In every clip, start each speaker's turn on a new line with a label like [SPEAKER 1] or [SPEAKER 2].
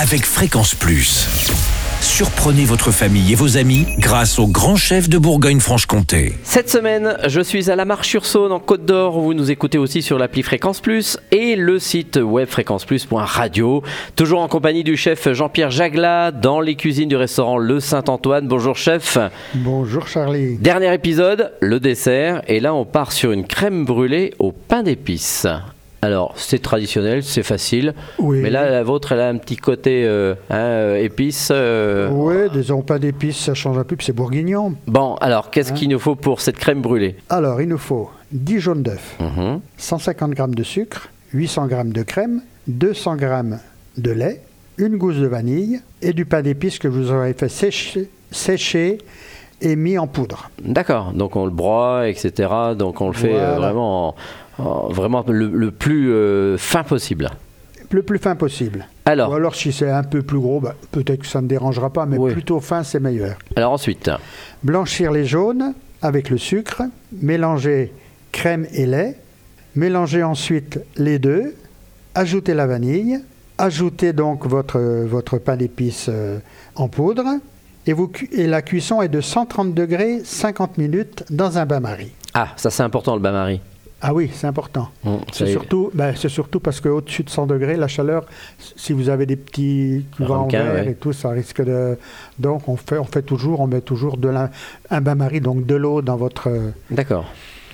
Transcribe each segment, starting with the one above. [SPEAKER 1] avec Fréquence Plus. Surprenez votre famille et vos amis grâce au grand chef de Bourgogne-Franche-Comté.
[SPEAKER 2] Cette semaine, je suis à la Marche-sur-Saône en Côte d'Or. où Vous nous écoutez aussi sur l'appli Fréquence Plus et le site web fréquenceplus.radio. Toujours en compagnie du chef Jean-Pierre Jagla dans les cuisines du restaurant Le Saint-Antoine. Bonjour chef.
[SPEAKER 3] Bonjour Charlie.
[SPEAKER 2] Dernier épisode, le dessert. Et là, on part sur une crème brûlée au pain d'épices. Alors, c'est traditionnel, c'est facile.
[SPEAKER 3] Oui.
[SPEAKER 2] Mais là, la vôtre, elle a un petit côté euh, hein, euh, épice. euh.
[SPEAKER 3] Ouais, disons pas d'épices, ça change un peu, puis c'est bourguignon.
[SPEAKER 2] Bon, alors, qu'est-ce qu'il nous faut pour cette crème brûlée
[SPEAKER 3] Alors, il nous faut 10 jaunes d'œufs,
[SPEAKER 2] Mhm.
[SPEAKER 3] 150 g de sucre, 800 g de crème, 200 g de lait, une gousse de vanille et du pain d'épices que vous aurez fait sécher, sécher et mis en poudre.
[SPEAKER 2] D'accord, donc on le broie, etc. Donc on le fait euh,
[SPEAKER 3] Voilà.
[SPEAKER 2] vraiment, en- en- vraiment le, le plus euh, fin possible.
[SPEAKER 3] Le plus fin possible.
[SPEAKER 2] Alors.
[SPEAKER 3] Ou alors, si c'est un peu plus gros, bah, peut-être que ça ne dérangera pas, mais
[SPEAKER 2] Oui.
[SPEAKER 3] plutôt fin, c'est meilleur.
[SPEAKER 2] Alors ensuite,
[SPEAKER 3] Blanchir les jaunes avec le sucre, mélanger crème et lait, mélanger ensuite les deux, ajouter la vanille, ajouter donc votre, votre pain d'épices euh, en poudre, et, vous, cu- et la cuisson est de 130 degrés 50 minutes dans un bain-marie.
[SPEAKER 2] ah, ça c'est important le bain-marie.
[SPEAKER 3] Ah oui, c'est important.
[SPEAKER 2] Mm, ça y
[SPEAKER 3] C'est
[SPEAKER 2] est.
[SPEAKER 3] surtout, ben, c'est surtout parce qu'au-dessus de 100 degrés, la chaleur, s- si vous avez des petits vents en
[SPEAKER 2] ramequin,
[SPEAKER 3] verre
[SPEAKER 2] ouais.
[SPEAKER 3] et tout, ça risque de. Donc on fait, on fait toujours, on met toujours de la, un bain-marie, donc de l'eau dans votre.
[SPEAKER 2] D'accord.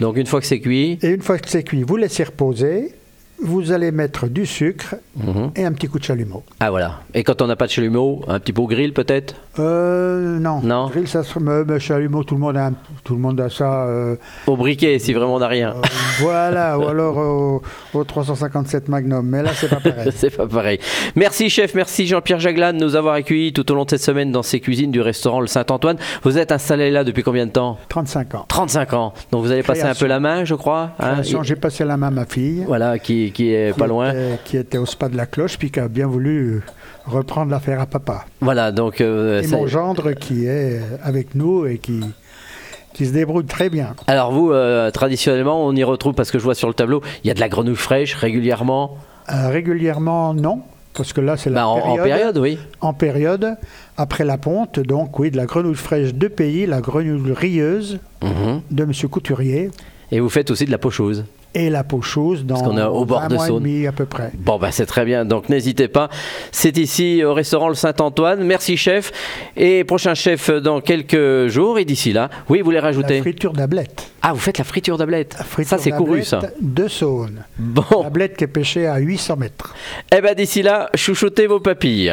[SPEAKER 2] Donc une fois que c'est cuit,
[SPEAKER 3] Et une fois que c'est cuit, vous laissez reposer. Vous allez mettre du sucre
[SPEAKER 2] Mhm.
[SPEAKER 3] et un petit coup de chalumeau.
[SPEAKER 2] ah voilà. Et quand on n'a pas de chalumeau, un petit pot grill peut-être
[SPEAKER 3] Euh, non.
[SPEAKER 2] Non.
[SPEAKER 3] Grill, ça se. mais- mais chalumeau, tout le monde a, un- tout le monde a ça. euh,
[SPEAKER 2] Au briquet si vraiment on n'a rien.
[SPEAKER 3] voilà, ou alors au, au 357 Magnum. Mais là, c'est pas pareil.
[SPEAKER 2] C'est pas pareil. Merci chef, merci Jean-Pierre Jaglan de nous avoir accueillis tout au long de cette semaine dans ces cuisines du restaurant Le Saint-Antoine. Vous êtes installé là depuis combien de temps
[SPEAKER 3] 35 ans.
[SPEAKER 2] 35 ans. Donc vous avez passé un
[SPEAKER 3] Création.
[SPEAKER 2] peu la main, je crois. hein
[SPEAKER 3] Création, J'ai passé la main à ma fille.
[SPEAKER 2] Voilà, qui, qui est pas
[SPEAKER 3] qui
[SPEAKER 2] loin.
[SPEAKER 3] était- qui était au spa de la cloche, puis qui a bien voulu euh, reprendre l'affaire à papa.
[SPEAKER 2] Voilà, donc euh,
[SPEAKER 3] Et
[SPEAKER 2] ça-
[SPEAKER 3] mon gendre qui est euh, avec nous et qui, qui se débrouille très bien.
[SPEAKER 2] Alors vous, euh, traditionnellement, on y retrouve parce que je vois sur le tableau, il y a de la grenouille fraîche régulièrement.
[SPEAKER 3] Euh, régulièrement, non, parce que là, c'est la
[SPEAKER 2] Bah, en, en
[SPEAKER 3] période,
[SPEAKER 2] période, oui.
[SPEAKER 3] En période, après la ponte, donc oui, de la grenouille fraîche de pays, la grenouille rieuse
[SPEAKER 2] Mhm.
[SPEAKER 3] de M. Couturier
[SPEAKER 2] Et vous faites aussi de la pochose.
[SPEAKER 3] et la peau chose dans
[SPEAKER 2] qu'on est au bord
[SPEAKER 3] un
[SPEAKER 2] de
[SPEAKER 3] mois et
[SPEAKER 2] Saône.
[SPEAKER 3] demi à peu près.
[SPEAKER 2] Bon, bah c'est très bien. Donc n'hésitez pas. C'est ici au restaurant Le Saint-Antoine. Merci chef. Et prochain chef dans quelques jours. Et d'ici là, oui, vous les
[SPEAKER 3] La
[SPEAKER 2] rajoutez.
[SPEAKER 3] friture d'ablette.
[SPEAKER 2] Ah, vous faites la friture d'ablette. Ça
[SPEAKER 3] La friture
[SPEAKER 2] c'est couru ça. Oh.
[SPEAKER 3] d'ablette De Saône.
[SPEAKER 2] Bon,
[SPEAKER 3] L'ablette qui est pêchée à 800 mètres.
[SPEAKER 2] et ben d'ici là, chouchoutez vos papilles.